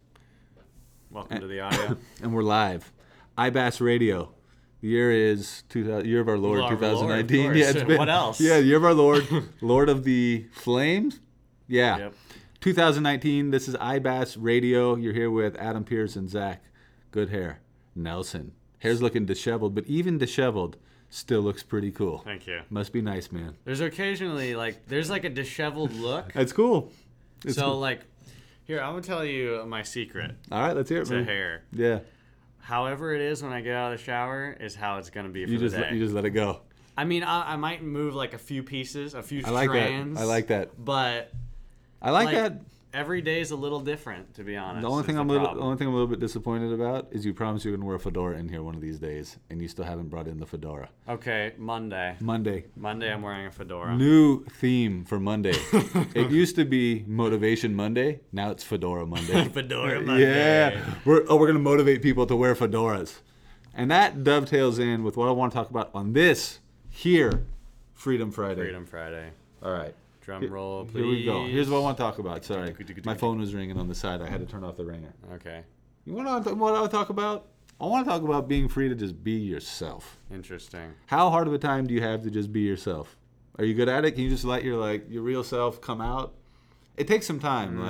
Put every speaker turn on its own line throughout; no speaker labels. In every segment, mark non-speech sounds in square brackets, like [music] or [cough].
Eh.
Welcome to the
[laughs]
audio.
and we're live. IBAS Radio. The year is two thou- year of our Lord,
Lord,
2019.
Lord, of
yeah,
course. What else?
Yeah, year of our Lord, [laughs] Lord of the Flames. Yeah,
Yep.
2019. This is IBAS Radio. You're here with Adam Pierce and Zach. Good hair, Nelson. Hair's looking disheveled, but even disheveled, still looks pretty cool.
Thank you.
Must be nice, man.
There's occasionally like there's like a disheveled look.
That's cool. [laughs] It's
so
cool.
like
Here, I'm gonna tell you my secret
all right, let's hear it.
to
man.
hair.
Yeah,
However it is when I get out of the shower is how it's gonna be for
you just
the day.
let, you just let it go.
I mean I, I might move like a few pieces, a few
I like
strands.
that. I like that.
But
I like,
Like,
that.
Every day is a little different, to be honest.
The only
is
thing I'm a
the
little, uh, the
problem.
only thing I'm a little bit disappointed about is you promised you're gonna wear a fedora in here one of these days, and you still haven't brought in the fedora.
Okay, Monday.
Monday,
Monday, I'm wearing a fedora.
new theme
[laughs]
for Monday. it used to be motivation Monday, now it's fedora Monday. [laughs]
fedora [laughs] Monday.
Yeah, we're oh, we're gonna motivate people to wear fedoras, and that dovetails in with what I want to talk about on this here, Freedom Friday.
Freedom Friday.
All right.
Drum roll, please.
Here we go. Here's what I want to talk about. Sorry, my phone was ringing on the side. I had to turn off the ringer.
Okay,
You want to what I would talk about? I want to talk about being free to just be yourself.
interesting.
How hard of a time do you have to just be yourself? Are you good at it? Can you just let your like your real self come out? It takes some time.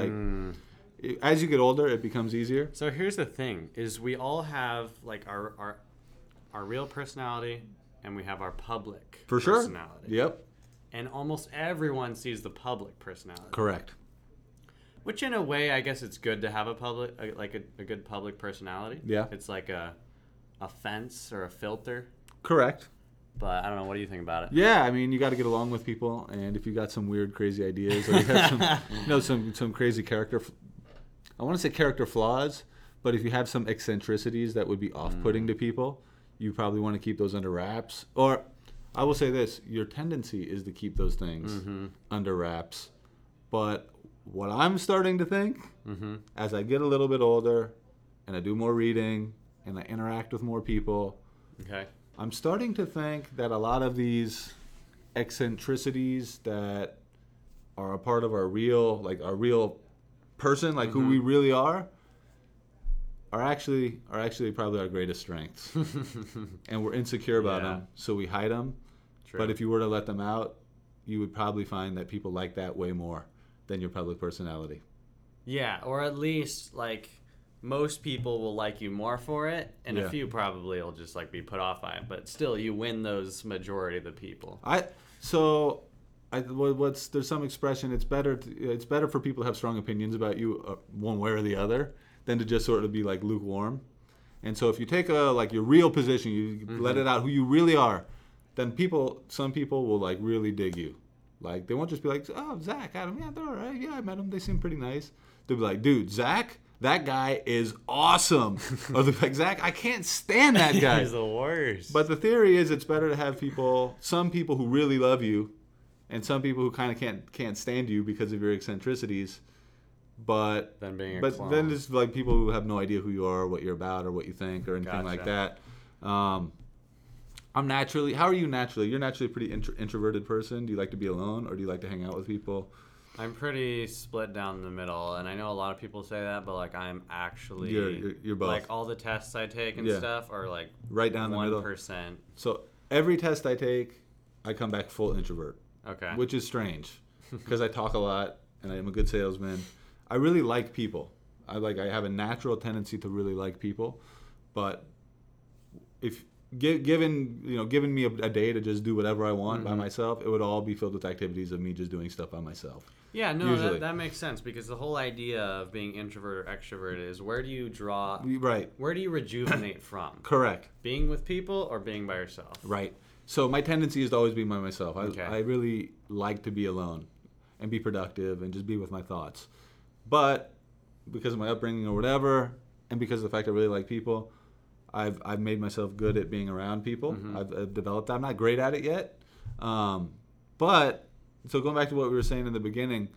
Like i- as you get older, it becomes easier.
So here's the thing: is we all have like our our our real personality, and we have our public
For sure.
personality.
Yep.
And almost everyone sees the public personality.
Correct.
Which, in a way, I guess it's good to have a public, a, like a, a good public personality.
Yeah.
It's like a, a fence or a filter.
Correct.
But I don't know. What do you think about it?
Yeah, I mean, you got to get along with people, and if you got some weird, crazy ideas, or you
[laughs]
have some, you know, some some crazy character, f- I want to say character flaws, but if you have some eccentricities that would be off-putting
Mm.
to people, you probably want to keep those under wraps. Or, I will say this: your tendency is to keep those things
Mm-hmm.
under wraps. But what I'm starting to think,
Mm-hmm.
as I get a little bit older, and I do more reading, and I interact with more people.
Okay.
I'm starting to think that a lot of these eccentricities that are a part of our real, like our real person, like who we
Mm-hmm.
really are, are actually are actually probably our
[laughs]
greatest strengths, and we're insecure about
Yeah.
them, so we hide them.
True.
But if you were to let them out, you would probably find that people like that way more than your public personality.
yeah, or at least like most people will like you more for it, and
Yeah.
a few probably will just like be put off by it. But still, you win those majority of the people.
I so I what- what's there's some expression it's better to, it's better for people to have strong opinions about you uh, one way or the other than to just sort of be like lukewarm. And so if you take a like your real position, you let it out who you really are, then people some people will like really dig you. Like they won't just be like, oh Zach, Adam, yeah they're all right, yeah I met them, they seem pretty nice. They'll be like, dude, Zach, that guy is awesome. or they'll be like, Zach, I can't stand that guy.
He's the worst.
But the theory is it's better to have people, some people who really love you, and some people who kind of can't can't stand you because of your eccentricities. But
Than being a
but
clone.
then there's like people who have no idea who you are, what you're about, or what you think, or anything like that. Um, I'm naturally. How are you naturally? You're naturally a pretty intro, introverted person. Do you like to be alone, or do you like to hang out with people?
I'm pretty split down the middle, and I know a lot of people say that, but like I'm actually
You're- you're- you're both.
like all the tests I take and
Yeah.
stuff are like
Right down the middle.
one percent.
So every test I take, I come back full introvert.
Okay.
which is strange because I talk a lot and I'm a good salesman. I really like people. I like I have a natural tendency to really like people, but if gi- given you know given me a, a day to just do whatever I want by myself, it would all be filled with activities of me just doing stuff by myself.
yeah, no,
usually.
that, that makes sense because the whole idea of being introvert or extrovert is where do you draw,
Right.
where do you
[coughs]
rejuvenate from?
Correct.
Being with people or being by yourself?
Right. So my tendency is to always be by myself. I,
Okay.
I really like to be alone and be productive and just be with my thoughts. But because of my upbringing or whatever, and because of the fact I really like people, I've, I've made myself good at being around people. I've, I've developed. that. I'm not great at it yet. Um, but so going back to what we were saying in the beginning,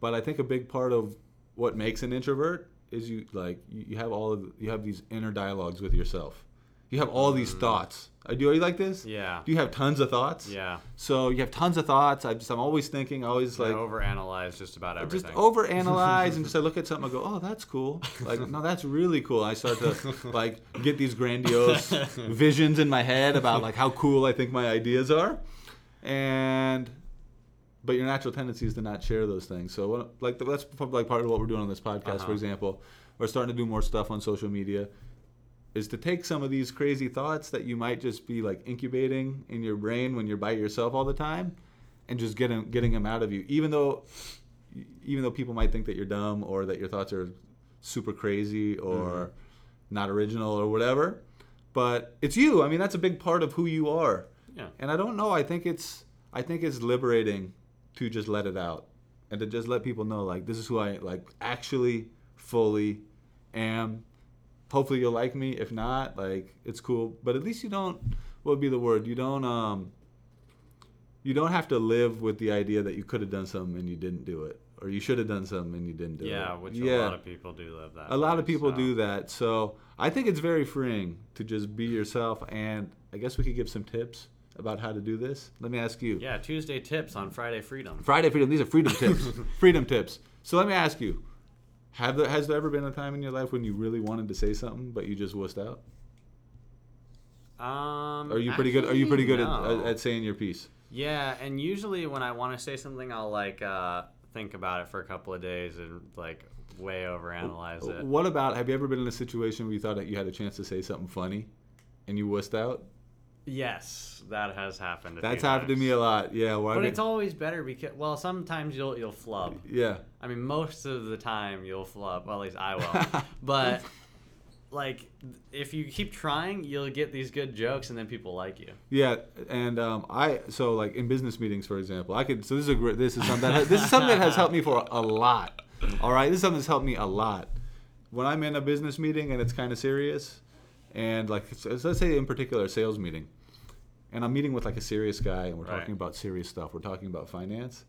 but I think a big part of what makes an introvert is you like you you have all of you have these inner dialogues with yourself. You have all these thoughts. Uh, Do you like this?
Yeah.
Do you have tons of thoughts?
Yeah.
So you have tons of thoughts. I just I'm always thinking, always
I
like
overanalyze just about everything.
just
[laughs]
overanalyze and just I look at something, I go, oh, that's cool. Like, no, that's really cool. I start to like get
[laughs]
these grandiose visions in my head about like how cool I think my ideas are, and but your natural tendency is to not share those things. So what, like that's probably like part of what we're doing on this podcast, for
Uh-huh.
example. We're starting to do more stuff on social media. Is to take some of these crazy thoughts that you might just be like incubating in your brain when you're by yourself all the time, and just getting getting them out of you, even though even though people might think that you're dumb or that your thoughts are super crazy or not original or whatever but it's you i mean that's a big part of who you are
yeah.
and i don't know i think it's i think it's liberating to just let it out and to just let people know like this is who i like actually fully am hopefully you'll like me if not like it's cool but at least you don't what would be the word you don't um you don't have to live with the idea that you could have done something and you didn't do it or you should have done something and you didn't do it
Yeah, which a lot of people do live that.
a lot of
way,
people
so.
do that. So I think it's very freeing to just be yourself. And I guess we could give some tips about how to do this. Let me ask you.
Yeah, Tuesday tips on Friday Freedom.
Friday freedom. These are freedom tips.
[laughs]
freedom tips. So let me ask you. Have there, has there ever been a time in your life when you really wanted to say something but you just wussed out?
Um,
Are you pretty good? Are you pretty good
actually,
at,
no.
at, at saying your piece?
Yeah, and usually when I want to say something, I'll like uh, think about it for a couple of days and like way overanalyze it.
What about? Have you ever been in a situation where you thought that you had a chance to say something funny, and you wussed out?
Yes, that has happened. a
That's
few
happened to
times.
me a lot. Yeah. Why?
But it's always better because well, sometimes you'll you'll flub.
yeah.
I mean, most of the time you'll flub. Well, at least I
[laughs]
will. but like, if you keep trying, you'll get these good jokes, and then people like you.
Yeah, and um, I so like in business meetings, for example, I could. So this is a great. This is something. That, this is something that has helped me for a lot. All right, this is something that's helped me a lot. When I'm in a business meeting and it's kind of serious, and like so- so let's say in particular a sales meeting, and I'm meeting with like a serious guy and we're
Right.
talking about serious stuff. We're talking about finance.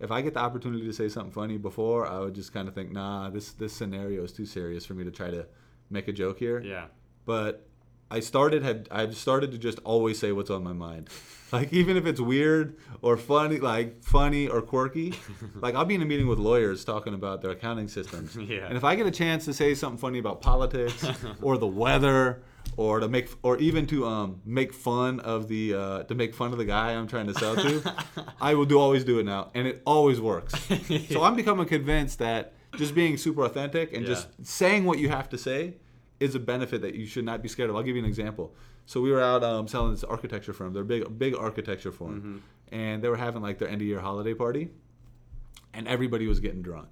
If I get the opportunity to say something funny before, I would just kind of think, nah, this this scenario is too serious for me to try to make a joke here [laughs]
Yeah.
but I started had I've started to just always say what's on my mind. Like even if it's weird or funny, like funny or quirky, like I'll be in a meeting with lawyers talking about their accounting systems.
Yeah.
And if I get a chance to say something funny about politics or the weather or to make or even to um, make fun of the uh, to make fun of the guy I'm trying to sell to, I will do always do it now, and it always works. so I'm becoming convinced that just being super authentic and just saying what you have to say is a benefit that you should not be scared of. I'll give you an example. So we were out um, selling this architecture firm. They're a big, big architecture firm, and they were having like their end of year holiday party, and everybody was getting drunk.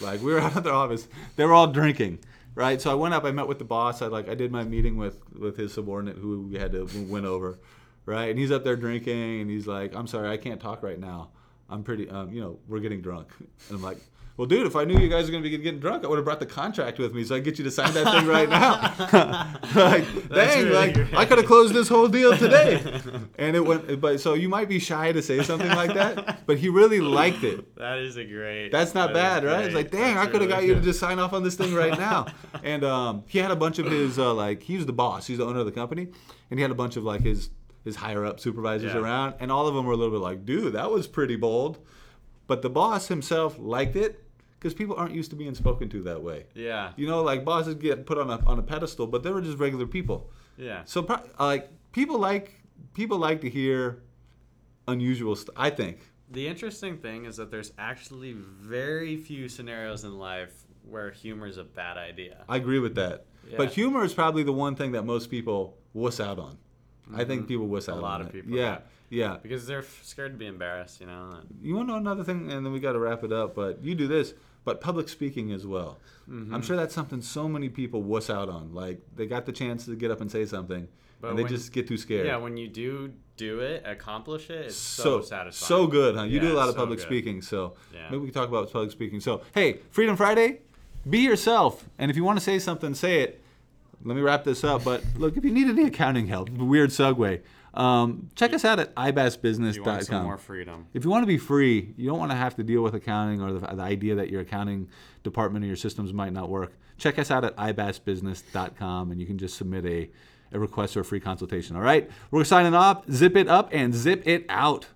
Like we were [laughs] out at their office, they were all drinking, right? So I went up, I met with the boss. I like I did my meeting with with his subordinate who we had to win over, right? And he's up there drinking, and he's like, "I'm sorry, I can't talk right now. I'm pretty, um, you know, we're getting drunk." And I'm like. Well, dude, if I knew you guys were gonna be getting drunk, I would have brought the contract with me so I could get you to sign that thing right now. [laughs] like, dang,
really
like
great.
I could have closed this whole deal today. and it went, but so you might be shy to say something like that, but he really liked it.
That is a great.
That's not
that
bad,
is
right? It's
great.
like, dang,
That's
I could have
really
got you to
good.
just sign off on this thing
[laughs]
right now. and um, he had a bunch of his uh, like, he was the boss, he's the owner of the company, and he had a bunch of like his his higher up supervisors
Yeah.
around, and all of them were a little bit like, dude, that was pretty bold. But the boss himself liked it because people aren't used to being spoken to that way.
Yeah.
You know, like bosses get put on a on a pedestal, but they were just regular people.
Yeah.
So pro- like people like people like to hear unusual stuff. I think.
The interesting thing is that there's actually very few scenarios in life where humor is a bad idea.
I agree with that.
Yeah.
But humor is probably the one thing that most people wuss out on. I think people wuss
Mm-hmm. A
out
lot
on
of
it.
people,
Yeah. Yeah.
Because they're f- scared to be embarrassed, you know? and-
You want to know another thing, and then we got to wrap it up. But you do this, but public speaking as well.
Mm-hmm.
I'm sure that's something so many people wuss out on. Like they got the chance to get up and say something,
But
and they
when-
just get too scared.
Yeah, when you do do it, accomplish it, it's so, satisfying.
So good, huh? You do
Yeah,
a lot of
so
public
good.
speaking, so
Yeah.
maybe we can talk about public speaking. So, hey, Freedom Friday, be yourself. And if you want to say something, say it. Let me wrap this up. But look, if you need any accounting help, weird segue, um, check us out at
You want some more
ibasbusiness.com.
freedom.
If you want to be free, you don't want to have to deal with accounting or the, the idea that your accounting department or your systems might not work. Check us out at ibasbusiness.com and you can just submit a a request for a free consultation. All right, we're signing off. Zip it up and zip it out.